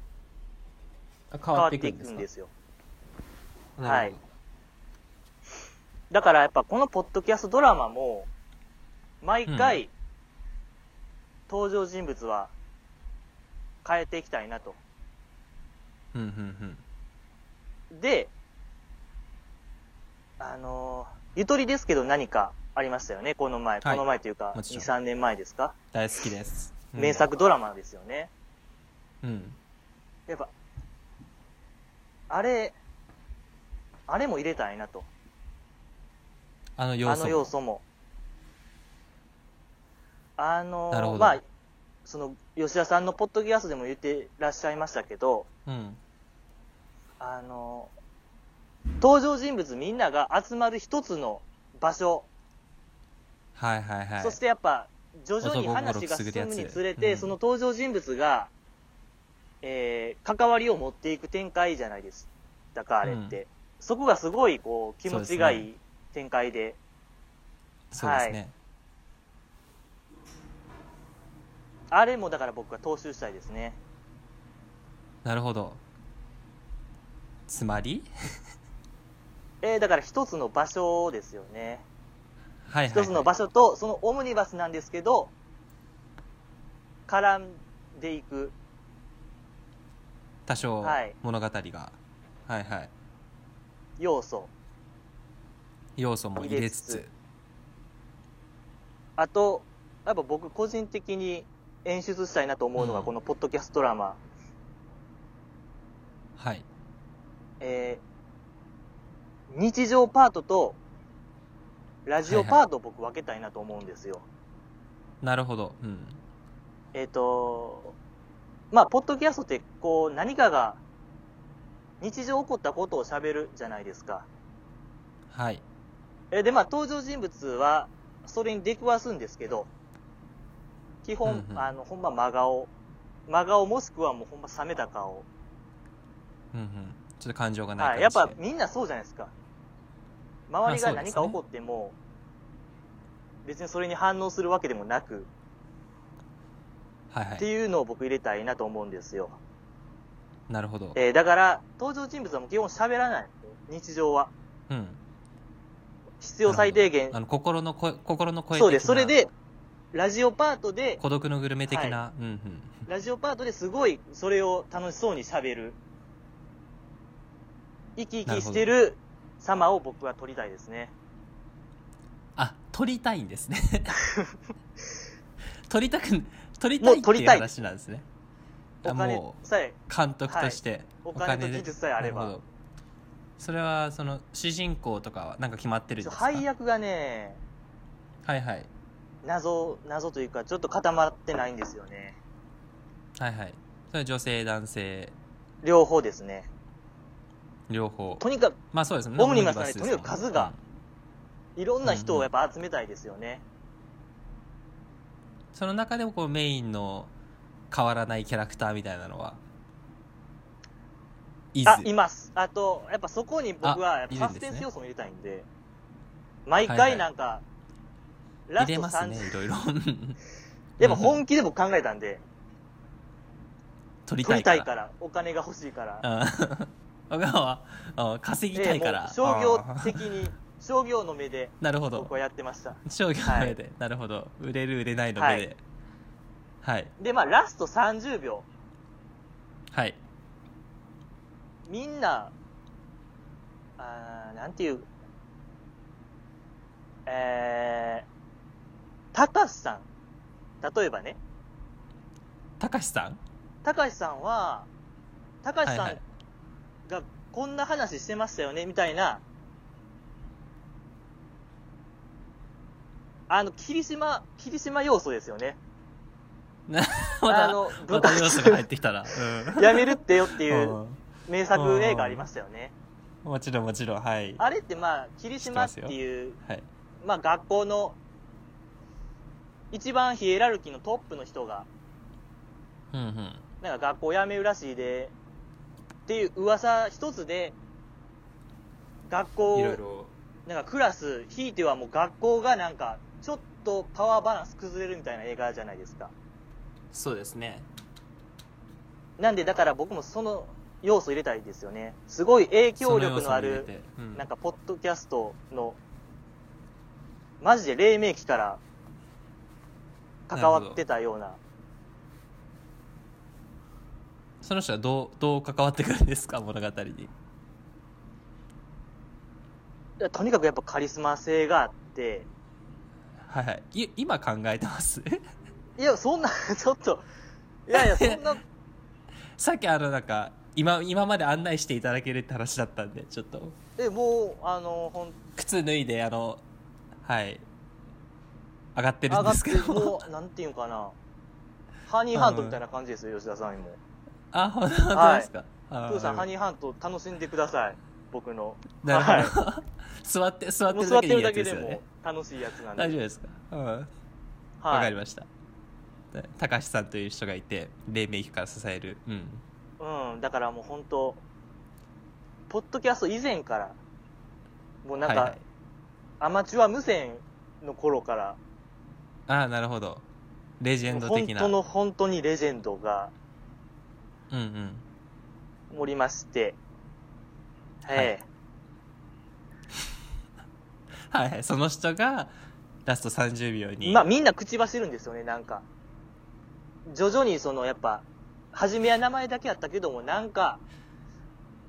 Speaker 3: あ
Speaker 2: 変
Speaker 3: 変
Speaker 2: わ
Speaker 3: わ
Speaker 2: っ
Speaker 3: ってて
Speaker 2: い
Speaker 3: い
Speaker 2: く
Speaker 3: く
Speaker 2: ん
Speaker 3: ん
Speaker 2: で
Speaker 3: ですす
Speaker 2: よ。
Speaker 3: か
Speaker 2: はいだからやっぱこのポッドキャストドラマも、毎回、登場人物は変えていきたいなと。
Speaker 3: うんうん
Speaker 2: で、あのーゆとりですけど何かありましたよね、この前。
Speaker 3: はい
Speaker 2: この前というか、
Speaker 3: もち
Speaker 2: 2、
Speaker 3: ろん
Speaker 2: 3年前ですか、
Speaker 3: 大好きです、うん
Speaker 2: 名作ドラマですよね。
Speaker 3: うん
Speaker 2: やっぱ、あれ、あれも入れたいなと。
Speaker 3: あの要
Speaker 2: あ
Speaker 3: 素
Speaker 2: の要素も。あの
Speaker 3: なるほど
Speaker 2: まあ、その、吉田さんのポッドキャストでも言ってらっしゃいましたけど、
Speaker 3: うん
Speaker 2: あの登場人物みんなが集まる一つの場所、
Speaker 3: はいはいはい
Speaker 2: そしてやっぱ、徐々に
Speaker 3: 男心
Speaker 2: 話
Speaker 3: く
Speaker 2: が
Speaker 3: すぐる
Speaker 2: 進
Speaker 3: や
Speaker 2: む
Speaker 3: つ
Speaker 2: につれて、
Speaker 3: うん
Speaker 2: その登場人物が、えー関わりを持っていく展開じゃないです。だからあれって。そこがすごい、こう、気持ちがいい展開で、
Speaker 3: そうですね、
Speaker 2: あれもだから僕は踏襲したいですね。
Speaker 3: なるほどつまり
Speaker 2: えーだから一つの場所ですよね。
Speaker 3: はいはい、はい、
Speaker 2: 一つの場所と、そのオムニバスなんですけど、絡んでいく。
Speaker 3: 多少
Speaker 2: はい
Speaker 3: 物語が、はい、はい
Speaker 2: 要素。
Speaker 3: 要素も入れつ
Speaker 2: 入
Speaker 3: つ
Speaker 2: れつあと、やっぱ僕個人的に演出したいなと思うのが、
Speaker 3: うん
Speaker 2: このポッドキャストドラマ。
Speaker 3: はい
Speaker 2: えー日常パートと、ラジオパートを僕分けたいなと思うんですよ。
Speaker 3: なるほどうん
Speaker 2: えっ、と、まあ、ポッドキャストって、こう、何かが、日常起こったことを喋るじゃないですか。
Speaker 3: はい
Speaker 2: えーで、まあ、登場人物は、それに出くわすんですけど、基本、
Speaker 3: うんうん
Speaker 2: あの、ほんま真顔。真顔もしくはもうほんま冷めた顔。
Speaker 3: うんうんちょっと感情がな
Speaker 2: はいい。や
Speaker 3: 感
Speaker 2: っ
Speaker 3: じで、
Speaker 2: ぱみんなそうじゃないですか。周りが
Speaker 3: まあそうで
Speaker 2: 何
Speaker 3: すね
Speaker 2: か起こっても、別にそれに反応するわけでもなく、
Speaker 3: はいは
Speaker 2: って
Speaker 3: い
Speaker 2: いうのを僕入れたいなと思うんですよ。
Speaker 3: なるほど
Speaker 2: えーだから、登場人物はもう基本喋らない。日常は。
Speaker 3: うん
Speaker 2: 必要最低限
Speaker 3: あ。の心の声心の声
Speaker 2: そうです。
Speaker 3: 的
Speaker 2: そ
Speaker 3: な
Speaker 2: れで、ラジオパートで、
Speaker 3: 孤独のグルメ的な、うんうん
Speaker 2: ラジオパートですごいそれを楽しそうに喋る。生き生きしてる様を僕は撮りたいですね。
Speaker 3: あ撮りたいんですね <laughs> 撮りたく撮りた
Speaker 2: も
Speaker 3: いうっ
Speaker 2: 撮
Speaker 3: て
Speaker 2: り
Speaker 3: いう
Speaker 2: たい
Speaker 3: 話なんですね
Speaker 2: お
Speaker 3: あ
Speaker 2: 金
Speaker 3: もう
Speaker 2: さえ、
Speaker 3: 監督として、
Speaker 2: お金と
Speaker 3: で
Speaker 2: 技術さえあれば
Speaker 3: なるほどそれはその主人公とかはなんか決まってるん
Speaker 2: ち
Speaker 3: で
Speaker 2: ょ
Speaker 3: すか
Speaker 2: 配役がね、
Speaker 3: はいはい
Speaker 2: 謎、謎というか、ちょっと固まってないんですよね。
Speaker 3: はいはいそれは女性男性
Speaker 2: 両方ですね。
Speaker 3: 両方
Speaker 2: とにかく、
Speaker 3: まあそうですね
Speaker 2: オムニバスなんで
Speaker 3: オムニバスですもん
Speaker 2: とにかく数が
Speaker 3: うん
Speaker 2: いろんな人をやっぱ集めたいですよね。
Speaker 3: その中でもこうメインの変わらないキャラクターみたいなのはイ
Speaker 2: あ、
Speaker 3: ズ
Speaker 2: います。あと、やっぱそこに僕は
Speaker 3: あ
Speaker 2: サスペンス
Speaker 3: いるんですね
Speaker 2: 要素も入れたいんで、毎
Speaker 3: はいは
Speaker 2: 回
Speaker 3: い
Speaker 2: なんか、ラ
Speaker 3: 入
Speaker 2: ス
Speaker 3: れ
Speaker 2: ト
Speaker 3: ます
Speaker 2: 3
Speaker 3: ね
Speaker 2: 時、
Speaker 3: いろい <laughs> ろ
Speaker 2: でも本気で僕考えたんで、
Speaker 3: 取り
Speaker 2: 取
Speaker 3: たい
Speaker 2: りた
Speaker 3: か
Speaker 2: い
Speaker 3: ら
Speaker 2: から、お金が欲しいから、
Speaker 3: うん <laughs> ああ稼ぎたいから、
Speaker 2: ええもう商業
Speaker 3: ああ
Speaker 2: 的に、商業の目で
Speaker 3: なるほど
Speaker 2: 僕はやってました。
Speaker 3: 商業の目で、なるほど売れる売れないの目ではい
Speaker 2: で、まあラスト30秒、
Speaker 3: はい
Speaker 2: みんな、あーなんていう、えー、たかしさん。例えばね、
Speaker 3: たかしさん
Speaker 2: たかしさんは、たかし
Speaker 3: は
Speaker 2: さ
Speaker 3: い
Speaker 2: んがこんな話してましたよね、みたいな、あの、霧島、霧島要素ですよね。
Speaker 3: また
Speaker 2: <laughs> あの
Speaker 3: また要素が入って
Speaker 2: <laughs>
Speaker 3: きたら、うん
Speaker 2: やめるってよっていううん名作映画ありましたよね。
Speaker 3: もちろんもちろんはい
Speaker 2: あれってまあ、霧島って
Speaker 3: 知
Speaker 2: いう、
Speaker 3: はい
Speaker 2: まあ学校の一番ヒエラルキーのトップの人が、
Speaker 3: うんうん
Speaker 2: なんか学校辞めるらしいで、っていう噂一つで、学校、
Speaker 3: いろいろ
Speaker 2: なんかクラス、ひいてはもう学校がなんか、ちょっとパワーバランス崩れるみたいな映画じゃないですか。
Speaker 3: そうですね
Speaker 2: なんでだから僕もその要素入れたいですよね。すごい影響力のある、なん
Speaker 3: か
Speaker 2: か、ポッドキャストの、マジで黎明期から関わってたような。
Speaker 3: その人はどうどう関わってくるんですか物語に
Speaker 2: とにかくやっぱカリスマ性があって、
Speaker 3: はいはいい今考えてます
Speaker 2: いや、そんな、 <laughs> ちょっと、いやいや、そんな、
Speaker 3: <laughs> さっきあのなんか今今まで案内していただけるって話だったんでちょっと
Speaker 2: え、もう、あの、ほん、
Speaker 3: 靴脱いであのはい上がってる
Speaker 2: 上
Speaker 3: ん
Speaker 2: が
Speaker 3: で
Speaker 2: っ
Speaker 3: すけ
Speaker 2: て、
Speaker 3: ど
Speaker 2: もう、なんていうんかな、ハニーハントみたいな感じですよ、吉田さんにも。
Speaker 3: <laughs> あ本当本当ですか、あ
Speaker 2: プーさん、ハニーハント楽しんでください、僕の。
Speaker 3: なるほど、 <laughs> 座って座っ
Speaker 2: も
Speaker 3: て
Speaker 2: う
Speaker 3: る
Speaker 2: 座っ
Speaker 3: だ
Speaker 2: て
Speaker 3: け
Speaker 2: るだけで
Speaker 3: でいいやつで
Speaker 2: す
Speaker 3: よね
Speaker 2: も楽しいやつなんで。
Speaker 3: 大丈夫ですかうんわ、
Speaker 2: はい。
Speaker 3: かりましたで高橋さんという人がいて黎明期から支えるうん
Speaker 2: うん、だからもう本当、ポッドキャスト以前から、もうなんか、
Speaker 3: はいはい、
Speaker 2: アマチュア無線の頃から、
Speaker 3: ああなるほどレジェンド
Speaker 2: 本
Speaker 3: 的な
Speaker 2: 当の本当にレジェンドが
Speaker 3: うんうん
Speaker 2: おりまして、ええ
Speaker 3: はいはいその人がラスト30秒に、
Speaker 2: まあみんな口走るんですよね、なんか。徐々にそのやっぱ、初めは名前だけやったけども、なんか、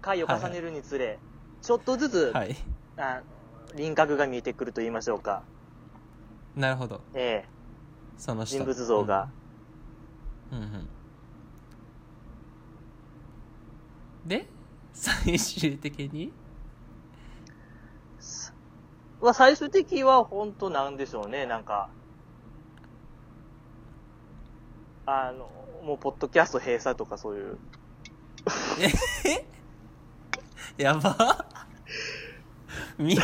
Speaker 2: 回を重ねるにつれ、ちょっとずつ、
Speaker 3: はい
Speaker 2: あ輪郭が見えてくると言いましょうか。
Speaker 3: なるほど
Speaker 2: ええ
Speaker 3: その人
Speaker 2: 人物像が。、
Speaker 3: うんうんうんで最終的に
Speaker 2: は最終的は本当なんでしょうね、なんか。あの、もうポッドキャスト閉鎖とかそういう。
Speaker 3: やば見え、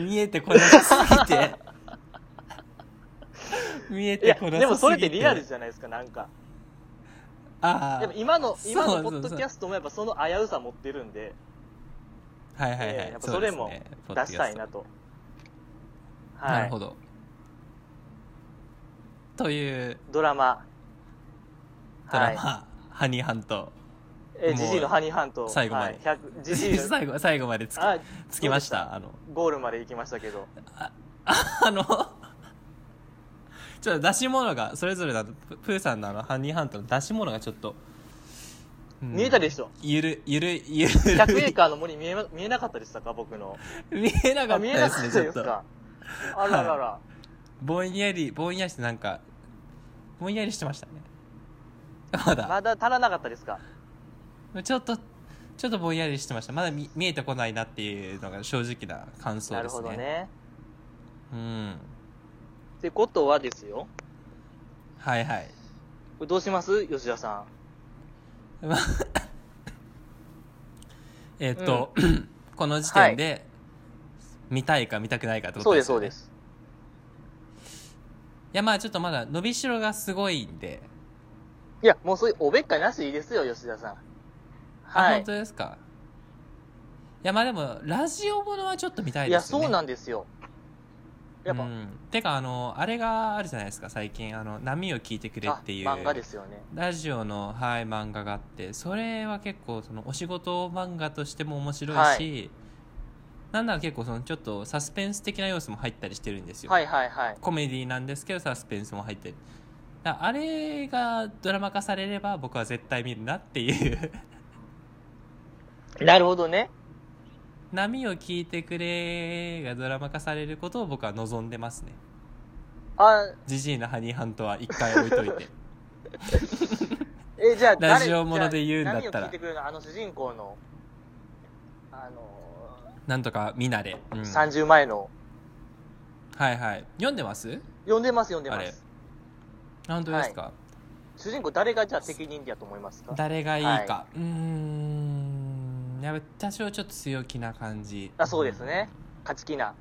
Speaker 3: 見えてこなさすぎて。見え
Speaker 2: い
Speaker 3: て
Speaker 2: や、
Speaker 3: こなさすぎて。
Speaker 2: でもそれってリアルじゃないですか、なんか。
Speaker 3: あ
Speaker 2: でも
Speaker 3: あ。
Speaker 2: 今の、
Speaker 3: そう
Speaker 2: 今
Speaker 3: そうそう
Speaker 2: のポッドキャストもやっぱその危うさ持ってるんで、
Speaker 3: はいはいは
Speaker 2: え
Speaker 3: い。
Speaker 2: ーやっぱそれも
Speaker 3: うですねポッド
Speaker 2: 出
Speaker 3: キャスト
Speaker 2: したいなと。
Speaker 3: な
Speaker 2: は
Speaker 3: る
Speaker 2: い
Speaker 3: ほ。ど。という
Speaker 2: ドラマ。
Speaker 3: ドラマ、
Speaker 2: はい。
Speaker 3: ハニーハント。
Speaker 2: えー、ジジイのハニーハント。
Speaker 3: 最後まで
Speaker 2: はい、100、ジジイの、
Speaker 3: <laughs> 最後、最後までつき
Speaker 2: あ、
Speaker 3: つきまし
Speaker 2: どうで
Speaker 3: た。あの、
Speaker 2: ゴールまで行きましたけど。
Speaker 3: あの、 <laughs> ちょっと出し物が、それぞれだと、ププーさんのあの、ハニーハントの出し物がちょっと、うん
Speaker 2: 見えたで
Speaker 3: <laughs>
Speaker 2: しょ
Speaker 3: ゆる、ゆる、ゆるい。
Speaker 2: 100エーカーの森見えま、見えなかったでしたか僕の。
Speaker 3: <laughs> 見えなか
Speaker 2: あ、
Speaker 3: っ
Speaker 2: 見え
Speaker 3: た
Speaker 2: な
Speaker 3: で
Speaker 2: か
Speaker 3: す
Speaker 2: っ
Speaker 3: ね、
Speaker 2: た
Speaker 3: ちょ
Speaker 2: で
Speaker 3: っ
Speaker 2: す
Speaker 3: と。
Speaker 2: か。あららら。
Speaker 3: ぼんやり、ぼんやりしてなんか、ぼんやりしてましたね。 <laughs> まだ。
Speaker 2: まだ足らなかったですか。
Speaker 3: ちょっと、ちょっとぼんやりしてました。まだ見見えてこないなっていうのが正直な感想
Speaker 2: な
Speaker 3: で
Speaker 2: る
Speaker 3: す
Speaker 2: ほ
Speaker 3: ね。
Speaker 2: どね。
Speaker 3: うん。
Speaker 2: ってことはですよ。
Speaker 3: はいはい。
Speaker 2: これどうします吉田さ
Speaker 3: まあえっと、 <clears throat> この時点で、見たいか見たくないかって
Speaker 2: ん。
Speaker 3: こ
Speaker 2: そ
Speaker 3: と
Speaker 2: うで、
Speaker 3: ですす
Speaker 2: そ
Speaker 3: よ
Speaker 2: う
Speaker 3: ね。
Speaker 2: で。す。
Speaker 3: いや、まあちょっとまだ伸びしろがすごいんで、
Speaker 2: いや、もうそういうおべっかなしいいですよ、吉田さん。
Speaker 3: あ
Speaker 2: は
Speaker 3: 本
Speaker 2: い
Speaker 3: 当ですかいやまあでもラジオものはちょっと見たい
Speaker 2: い
Speaker 3: で
Speaker 2: や
Speaker 3: す
Speaker 2: そ
Speaker 3: よね
Speaker 2: うなんですよやっぱ、
Speaker 3: うん、てかあのあれがあるじゃないですか最近あの「波を聞いてくれ」
Speaker 2: あ
Speaker 3: っていう
Speaker 2: 漫画ですよね
Speaker 3: ラジオの、はい、漫画があってそれは結構そのお仕事漫画としても面白いし、
Speaker 2: は
Speaker 3: なんなら結構そのちょっとサスペンス的な要素も入ったりしてるんですよ、
Speaker 2: はいはいはい
Speaker 3: コメディなんですけどサスペンスも入ってるだあれがドラマ化されれば僕は絶対見るなっていう <laughs>
Speaker 2: なるほどね
Speaker 3: 波を聞いてくれがドラマ化されることを僕は望んでますね
Speaker 2: あ
Speaker 3: ジジイのハニーハントは一回置いとい
Speaker 2: <laughs>
Speaker 3: て
Speaker 2: えじゃあ誰
Speaker 3: ラジオもので言うんだったら
Speaker 2: じゃあ何を聞いてくれるのあの主人公のあの
Speaker 3: なんとか見慣れ、う
Speaker 2: ー
Speaker 3: ん、は
Speaker 2: 30前の
Speaker 3: いはい読んでます
Speaker 2: 呼んでます呼んでます
Speaker 3: あ本当ですか、
Speaker 2: 主人公誰がじゃあ適任だと思いますか
Speaker 3: 誰がいいか、
Speaker 2: は
Speaker 3: うーんやっぱ多少ちょっと強気な感じ
Speaker 2: あそうですね勝ち気な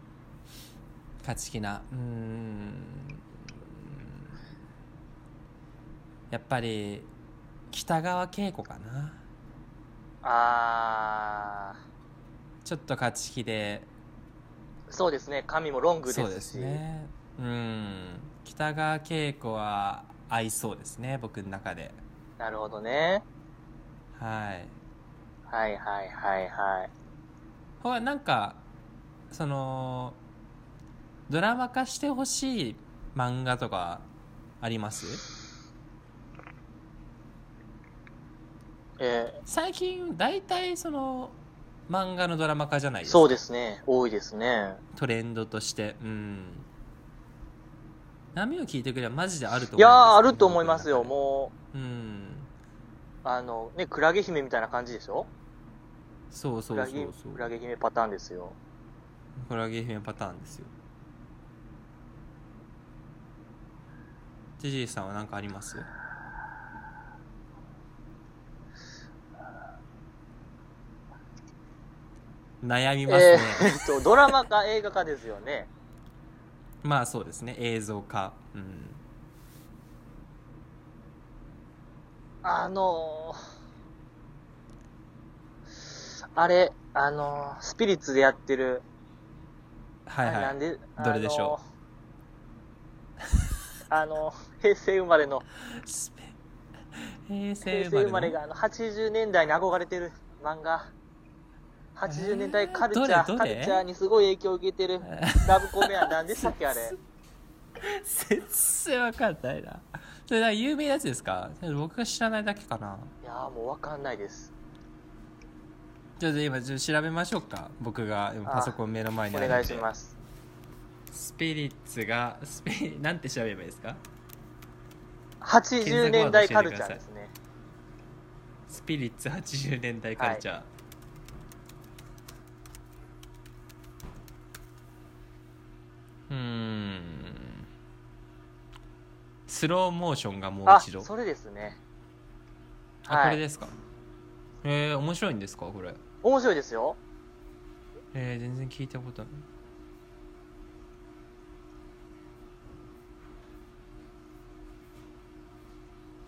Speaker 3: 勝ち気なうーんやっぱり北川景子かな
Speaker 2: あ
Speaker 3: ちょっと勝ち気で
Speaker 2: ーそうですね髪もロングですし
Speaker 3: そうですねうん北川景子は合いそうですね僕の中で
Speaker 2: なるほどね
Speaker 3: はい
Speaker 2: はいはいはいはい
Speaker 3: ほらなんかそのドラマ化してほしい漫画とかあります
Speaker 2: え
Speaker 3: 最近大体その漫画のドラマ化じゃない
Speaker 2: ー
Speaker 3: ですか
Speaker 2: そうですね多いですね
Speaker 3: トレンドとしてうん波を聞いてくればマジであると思
Speaker 2: いやーあると思いますよ
Speaker 3: 僕の
Speaker 2: も
Speaker 3: 中でうん
Speaker 2: うあのねクラゲ姫みたいな感じでしょ
Speaker 3: そうそ
Speaker 2: クラ
Speaker 3: うそう
Speaker 2: ゲ
Speaker 3: そう
Speaker 2: クラゲ姫パターンですよ
Speaker 3: クラゲ姫パターンですよジジイさんは何かあります悩みますね、
Speaker 2: えーっ <laughs> とドラマか映画かですよね
Speaker 3: まあそうですね映像化うん
Speaker 2: あのーあれあのースピリッツでやってる、
Speaker 3: はい
Speaker 2: あれ
Speaker 3: は
Speaker 2: ないんで
Speaker 3: どれでしょ
Speaker 2: うあのー <laughs> あのー平成生まれの
Speaker 3: スペ平成
Speaker 2: 平成
Speaker 3: 生まれ
Speaker 2: 生まれ
Speaker 3: の
Speaker 2: があの80年代に憧れてる漫画80年代カルチャー、
Speaker 3: えーどれど
Speaker 2: カ
Speaker 3: れ
Speaker 2: ルチャーにすごい影響を受けてるラブコメは何でしたっけ
Speaker 3: <laughs>
Speaker 2: あれ
Speaker 3: 全然わかんないなそれだから有名なやつですかそれ僕が知らないだけかない
Speaker 2: やーもうわかんないです
Speaker 3: ちょっと今ちょっと調べましょうか僕が今パソコン目の前に
Speaker 2: お
Speaker 3: あるんで
Speaker 2: 願いします
Speaker 3: スピリッツがスピリなんて調べればいいですか
Speaker 2: 80年代カルチャーですね
Speaker 3: スピリッツ80年代カルチャー、うーんスローモーションがもう
Speaker 2: あ
Speaker 3: 一度
Speaker 2: それですね
Speaker 3: あ
Speaker 2: はい
Speaker 3: これですかえー、面白いんですかこれ
Speaker 2: 面白いですよ
Speaker 3: えー、全然聞いたことない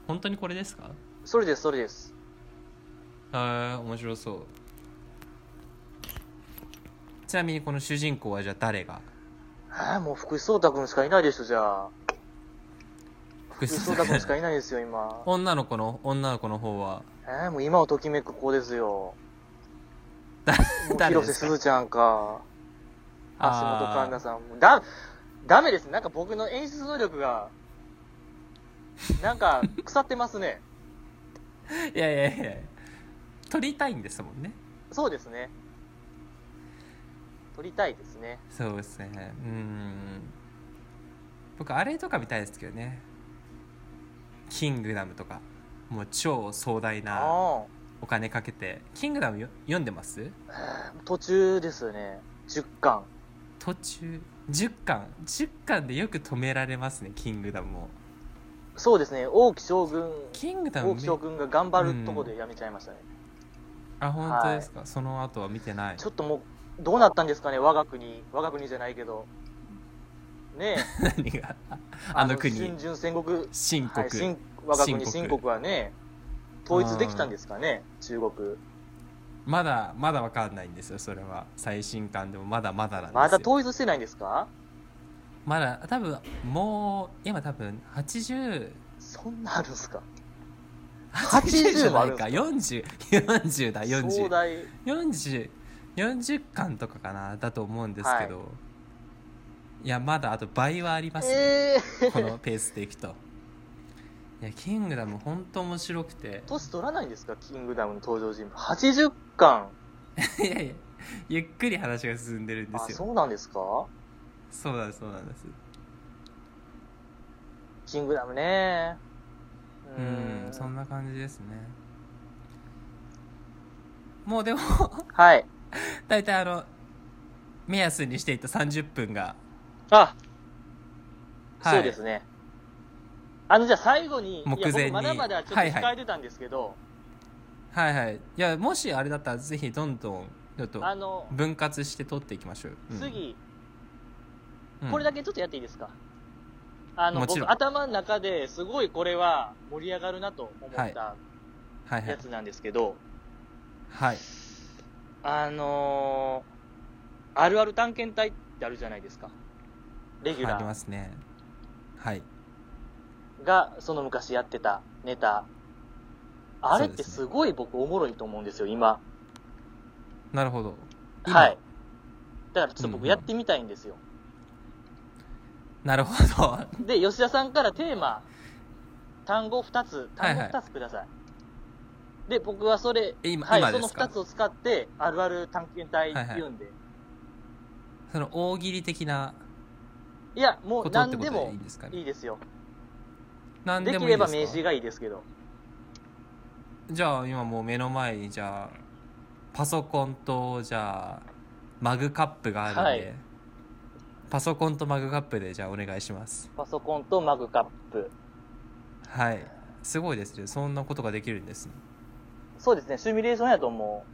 Speaker 3: 本当にこれですか
Speaker 2: それですそれです
Speaker 3: えー、面白そうちなみにこの主人公はじゃあ誰が
Speaker 2: えーもう福士蒼太君しかいないでしょじゃあ
Speaker 3: 福
Speaker 2: 福士蒼太君しかいないですよ今
Speaker 3: 女の子の女の子の方は
Speaker 2: えーもう今をときめく子ですよ
Speaker 3: だ
Speaker 2: もう
Speaker 3: <laughs> 誰で
Speaker 2: 広瀬
Speaker 3: す
Speaker 2: す
Speaker 3: か
Speaker 2: ずちゃんか橋本
Speaker 3: あー
Speaker 2: 環奈さんもだダメですなんか僕の演出能力がなんか腐ってますね
Speaker 3: いやいやいや撮りたいんですもんね
Speaker 2: そうですね撮りたいですね
Speaker 3: そうですねうーん僕あれとか見たいですけどね「キングダム」とかもう超壮大な
Speaker 2: あ
Speaker 3: お金かけて「キングダムよ」読んでます
Speaker 2: あ途中ですよね10巻
Speaker 3: 途中10巻10巻でよく止められますね「キングダム」を
Speaker 2: そうですね王毅将軍
Speaker 3: 「キングダム
Speaker 2: 王
Speaker 3: め
Speaker 2: 毅」将軍が頑張るとこでやめちゃいましたね、
Speaker 3: あ本当ですか、その後は見てない
Speaker 2: ちょっともう、どうなったんですかね、我が国、我が国じゃないけど、ねえ
Speaker 3: 何があの
Speaker 2: 春
Speaker 3: 国
Speaker 2: 春戦国、
Speaker 3: 新
Speaker 2: は
Speaker 3: 国、
Speaker 2: い、新我が
Speaker 3: 新
Speaker 2: 国、
Speaker 3: 国
Speaker 2: 新国はね、統一できたんですかね、中国。
Speaker 3: まだまだわかんないんですよそれは最新刊でもまだまだなんですよ
Speaker 2: まだ統一してないんですか
Speaker 3: まだ多分もう今多分80
Speaker 2: そんなあるんすか
Speaker 3: 80じゃないか
Speaker 2: ある
Speaker 3: 4040 40だ
Speaker 2: 壮
Speaker 3: 4040
Speaker 2: 大
Speaker 3: 巻とかかなだと思うんですけど、い、やまだあと倍はありますね、
Speaker 2: え
Speaker 3: こ
Speaker 2: え
Speaker 3: のペースでいくといや「キングダム」本当面白くて
Speaker 2: 年取らないんですかキングダムの登場人物80巻
Speaker 3: <laughs> いやいやゆっくり話が進んでるんで
Speaker 2: あ
Speaker 3: すよ
Speaker 2: そうなんですか
Speaker 3: そうなんですそうなんです
Speaker 2: キングダムね
Speaker 3: う
Speaker 2: うん
Speaker 3: そんな感じですねもうでも <laughs>
Speaker 2: はい
Speaker 3: 大体あの目安にしていた30分が
Speaker 2: あ、
Speaker 3: はい
Speaker 2: そうですねあのじゃあ最後に
Speaker 3: 目前
Speaker 2: い
Speaker 3: に
Speaker 2: や僕まだまだちょっと
Speaker 3: はいはい
Speaker 2: 控えてたんですけど、
Speaker 3: はいはいいやもしあれだったらぜひどんどんちょっと
Speaker 2: あの
Speaker 3: 分割して取っていきましょう、うん、
Speaker 2: 次、
Speaker 3: うん
Speaker 2: これだけちょっとやっていいですかあの
Speaker 3: もちろん
Speaker 2: 僕頭の中ですごいこれは盛り上がるなと思った
Speaker 3: はいは
Speaker 2: や
Speaker 3: い
Speaker 2: つなんですけど、
Speaker 3: はい
Speaker 2: あのー、あるある探検隊ってあるじゃないですかレギュ
Speaker 3: あ
Speaker 2: ラ
Speaker 3: りま
Speaker 2: ー
Speaker 3: すねはい
Speaker 2: がその昔やってたネタあれっ
Speaker 3: そう
Speaker 2: て
Speaker 3: ですね
Speaker 2: すごい僕おもろいと思うんですよ今
Speaker 3: なるほど今
Speaker 2: はいだからちょっと僕やってみたいんですよ、
Speaker 3: なるほど <laughs>
Speaker 2: で吉田さんからテーマ単語2つ単語2つください、で僕はそれ
Speaker 3: え今
Speaker 2: はい、
Speaker 3: 今
Speaker 2: そ
Speaker 3: で
Speaker 2: の
Speaker 3: すか
Speaker 2: 2つを使ってあるある探検隊って言うんで、い
Speaker 3: その大喜利的な
Speaker 2: やもう
Speaker 3: ことって
Speaker 2: 何
Speaker 3: こ
Speaker 2: で
Speaker 3: とでい
Speaker 2: も
Speaker 3: いんですか
Speaker 2: い
Speaker 3: ね
Speaker 2: いですよ
Speaker 3: 何
Speaker 2: で
Speaker 3: で
Speaker 2: き
Speaker 3: もい
Speaker 2: れ
Speaker 3: いで
Speaker 2: ば
Speaker 3: す
Speaker 2: 名刺
Speaker 3: か
Speaker 2: がいいですけど
Speaker 3: じゃあ今もう目の前にじゃあパソコンとじゃあマグカップがあるんで、
Speaker 2: はい
Speaker 3: パソコンとマグカップでじゃあお願いします
Speaker 2: パソコンとマグカップ
Speaker 3: はいすごいですねそんなことができるんですね
Speaker 2: そうですねシミュレーションやとも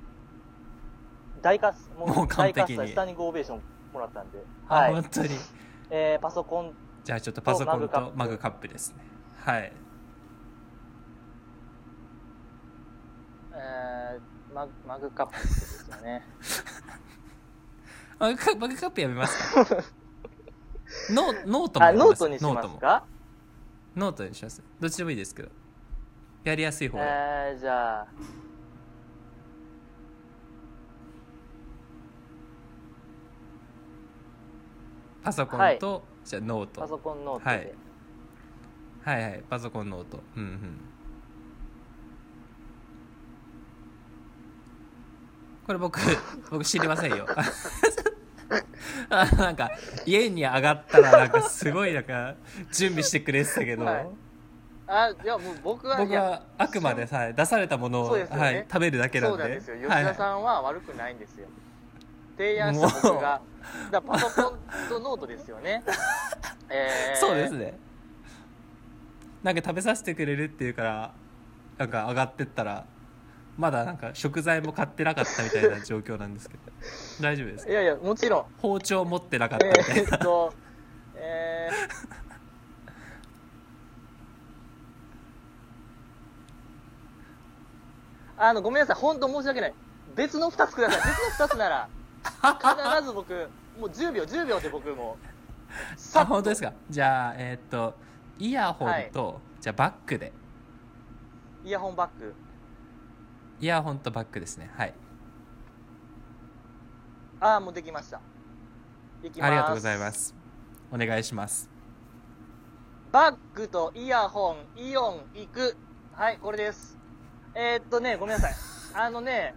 Speaker 2: う大喝も
Speaker 3: もう
Speaker 2: 大
Speaker 3: 完璧
Speaker 2: 喝
Speaker 3: に
Speaker 2: 采スタンディングオベーションもらったんで
Speaker 3: あ
Speaker 2: は
Speaker 3: 本
Speaker 2: い、
Speaker 3: 当に
Speaker 2: えー、パソコン
Speaker 3: じゃあちょっとパソコンと
Speaker 2: と
Speaker 3: マ
Speaker 2: マ
Speaker 3: グ
Speaker 2: グ
Speaker 3: カ
Speaker 2: カ
Speaker 3: ップですねはい
Speaker 2: えーマグマグカップですよ
Speaker 3: <laughs>
Speaker 2: ね
Speaker 3: マグカマグカップやめますか
Speaker 2: <laughs>
Speaker 3: ノノートもや
Speaker 2: あ
Speaker 3: めま
Speaker 2: ノー
Speaker 3: す
Speaker 2: トにし
Speaker 3: ノー
Speaker 2: ま
Speaker 3: ト
Speaker 2: す
Speaker 3: も
Speaker 2: か
Speaker 3: ノートにしますどっちでもいいですけどやりやすい方で、
Speaker 2: えー、じゃあ
Speaker 3: パソコンと、じゃあノート
Speaker 2: パソコンノート
Speaker 3: はい
Speaker 2: で、
Speaker 3: はいはいパソコンの音うんうんこ
Speaker 2: <laughs>
Speaker 3: れ僕僕知りませんよ <laughs> あなんか家に上がったらなんかすごいなんか準備してくれてたけど、
Speaker 2: はいあいやもう僕はい
Speaker 3: 僕
Speaker 2: や
Speaker 3: はあくまでさ出されたものを、
Speaker 2: そうですよね
Speaker 3: はい、食べるだけな
Speaker 2: そ
Speaker 3: ん
Speaker 2: うな
Speaker 3: で
Speaker 2: んですよ吉
Speaker 3: はいは
Speaker 2: 田
Speaker 3: い
Speaker 2: さんは悪くないんですよ、提案した僕がだからパソコンとノートですよ
Speaker 3: <laughs>
Speaker 2: ね、えー
Speaker 3: そうですねなんか食べさせてくれるっていうからなんか上がってったらまだなんか食材も買ってなかったみたいな状況な
Speaker 2: <laughs>
Speaker 3: んですけど大丈夫です
Speaker 2: いやいやもちろん
Speaker 3: 包丁持ってなかったみた
Speaker 2: え
Speaker 3: い
Speaker 2: ー、
Speaker 3: な
Speaker 2: っとえー、あのごめんなさい本当申し訳ない別の2つください別の2つなら必ず僕もう10秒10秒で僕も
Speaker 3: <laughs> あ本当ですかじゃあえーっとイヤホンと、じゃあバッグで
Speaker 2: イヤホンバッグ
Speaker 3: イヤホンとバッグですねはい
Speaker 2: ああもうできましたできます
Speaker 3: ありがとうございますお願いします
Speaker 2: バッグとイヤホン、イオン、行く。はい、これです。えー、っとね、ごめんなさい。あのね、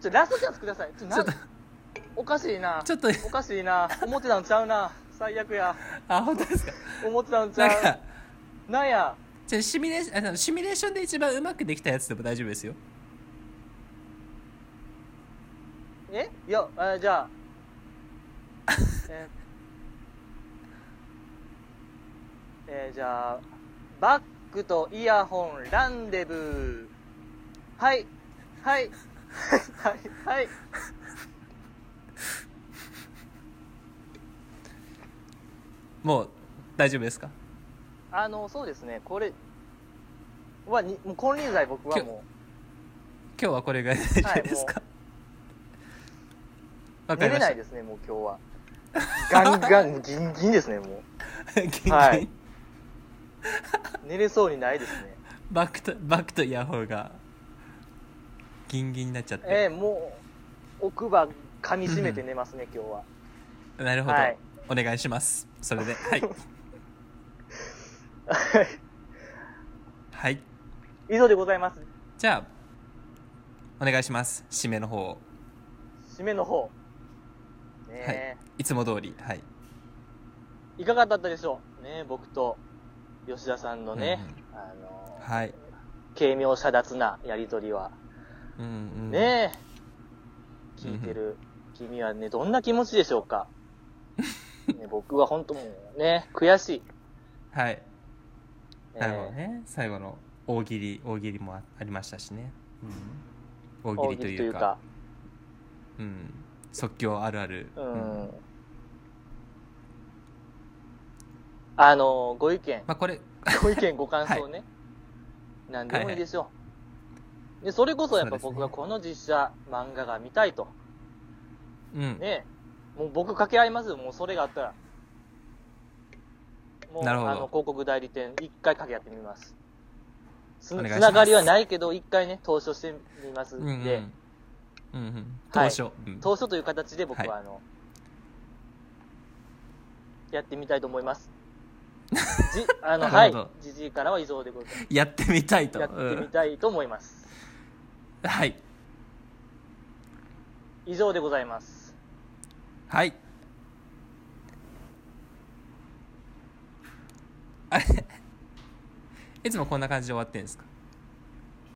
Speaker 2: ちょ、ラストチャンスください。ちょ、
Speaker 3: ちょ
Speaker 2: な
Speaker 3: っと
Speaker 2: おかしいな
Speaker 3: ち。ょっと <laughs>
Speaker 2: おかしいな。思ってたんちゃうな。最悪や。
Speaker 3: あ本当ですか
Speaker 2: 思ってたんち
Speaker 3: なん
Speaker 2: ゃ
Speaker 3: か
Speaker 2: う。なんや。
Speaker 3: じゃあシミュレーションあのシミュレーションで一番うまくできたやつでも大丈夫ですよ
Speaker 2: えいや、えーじ
Speaker 3: <laughs>
Speaker 2: ゃあ。えーえーじゃあ、バッグとイヤホン、ランデブー。はい、はい、はい、はい。
Speaker 3: もう大丈夫ですか
Speaker 2: あの、そうですね、これはに、もう金輪際僕はも
Speaker 3: 今日はこれぐらいで大丈夫ですかわか
Speaker 2: 寝
Speaker 3: り
Speaker 2: れ
Speaker 3: ま
Speaker 2: ない
Speaker 3: し
Speaker 2: ですね、もう今日は。ガンガン、ギンギンですね、も
Speaker 3: たギンギン
Speaker 2: はいう。寝れそうにないですね。
Speaker 3: バックとバックとイヤホンがギンギンになっちゃって、
Speaker 2: えー、もう、奥歯噛み締めて寝ますね、今日は。
Speaker 3: <laughs> なるほど、
Speaker 2: はい
Speaker 3: お願いしますそれ
Speaker 2: <laughs>
Speaker 3: ではいはい
Speaker 2: 以上でございます。
Speaker 3: じゃあお願いします締めの方を
Speaker 2: 締めの方。ねえ、
Speaker 3: いつも通りはい
Speaker 2: い、かがだったでしょうねえ僕と吉田さんのね、あの、
Speaker 3: はい
Speaker 2: 軽妙遮奪なやりとりは。
Speaker 3: うんうん
Speaker 2: ねえ、聞いてる君はね、どんな気持ちでしょうか、ね、僕は本当もうね、悔しい。
Speaker 3: はい
Speaker 2: えー
Speaker 3: なるほどね最後の大喜利大喜利もあありましたしね、うん、大
Speaker 2: 大
Speaker 3: 喜利
Speaker 2: 喜
Speaker 3: と
Speaker 2: 利とい
Speaker 3: い
Speaker 2: うう
Speaker 3: か
Speaker 2: か、
Speaker 3: うん、即興あるある、
Speaker 2: うん
Speaker 3: ま。
Speaker 2: あの、ご意見、
Speaker 3: あこれ
Speaker 2: ご意見、ご感想ね。何でもいいでしょう。で、それこそやっぱ
Speaker 3: そうで
Speaker 2: 僕
Speaker 3: すね
Speaker 2: がこの実写漫画が見たいと。
Speaker 3: う
Speaker 2: ね
Speaker 3: ん、
Speaker 2: えもう僕掛け合いますよ、もうそれがあったら。もう、
Speaker 3: なるほど
Speaker 2: あの、広告代理店、一回掛け合ってみます。つ
Speaker 3: お願いし
Speaker 2: つ
Speaker 3: ます
Speaker 2: ながりはないけど、一回ね、投書してみます
Speaker 3: うんうんん
Speaker 2: で、
Speaker 3: うんうん
Speaker 2: は
Speaker 3: 当
Speaker 2: い
Speaker 3: 初、うん
Speaker 2: 投書という形で僕
Speaker 3: は
Speaker 2: は、あの、やってみたいと思い
Speaker 3: <laughs>
Speaker 2: ます。じ、あの、
Speaker 3: な
Speaker 2: は
Speaker 3: る
Speaker 2: い
Speaker 3: ほど。
Speaker 2: じじいからは以上でございます。
Speaker 3: やってみたいと
Speaker 2: やってみたいと思います。
Speaker 3: うんはい
Speaker 2: 以上でございます。
Speaker 3: はい <laughs> あれいつもこんな感じで終わってんですか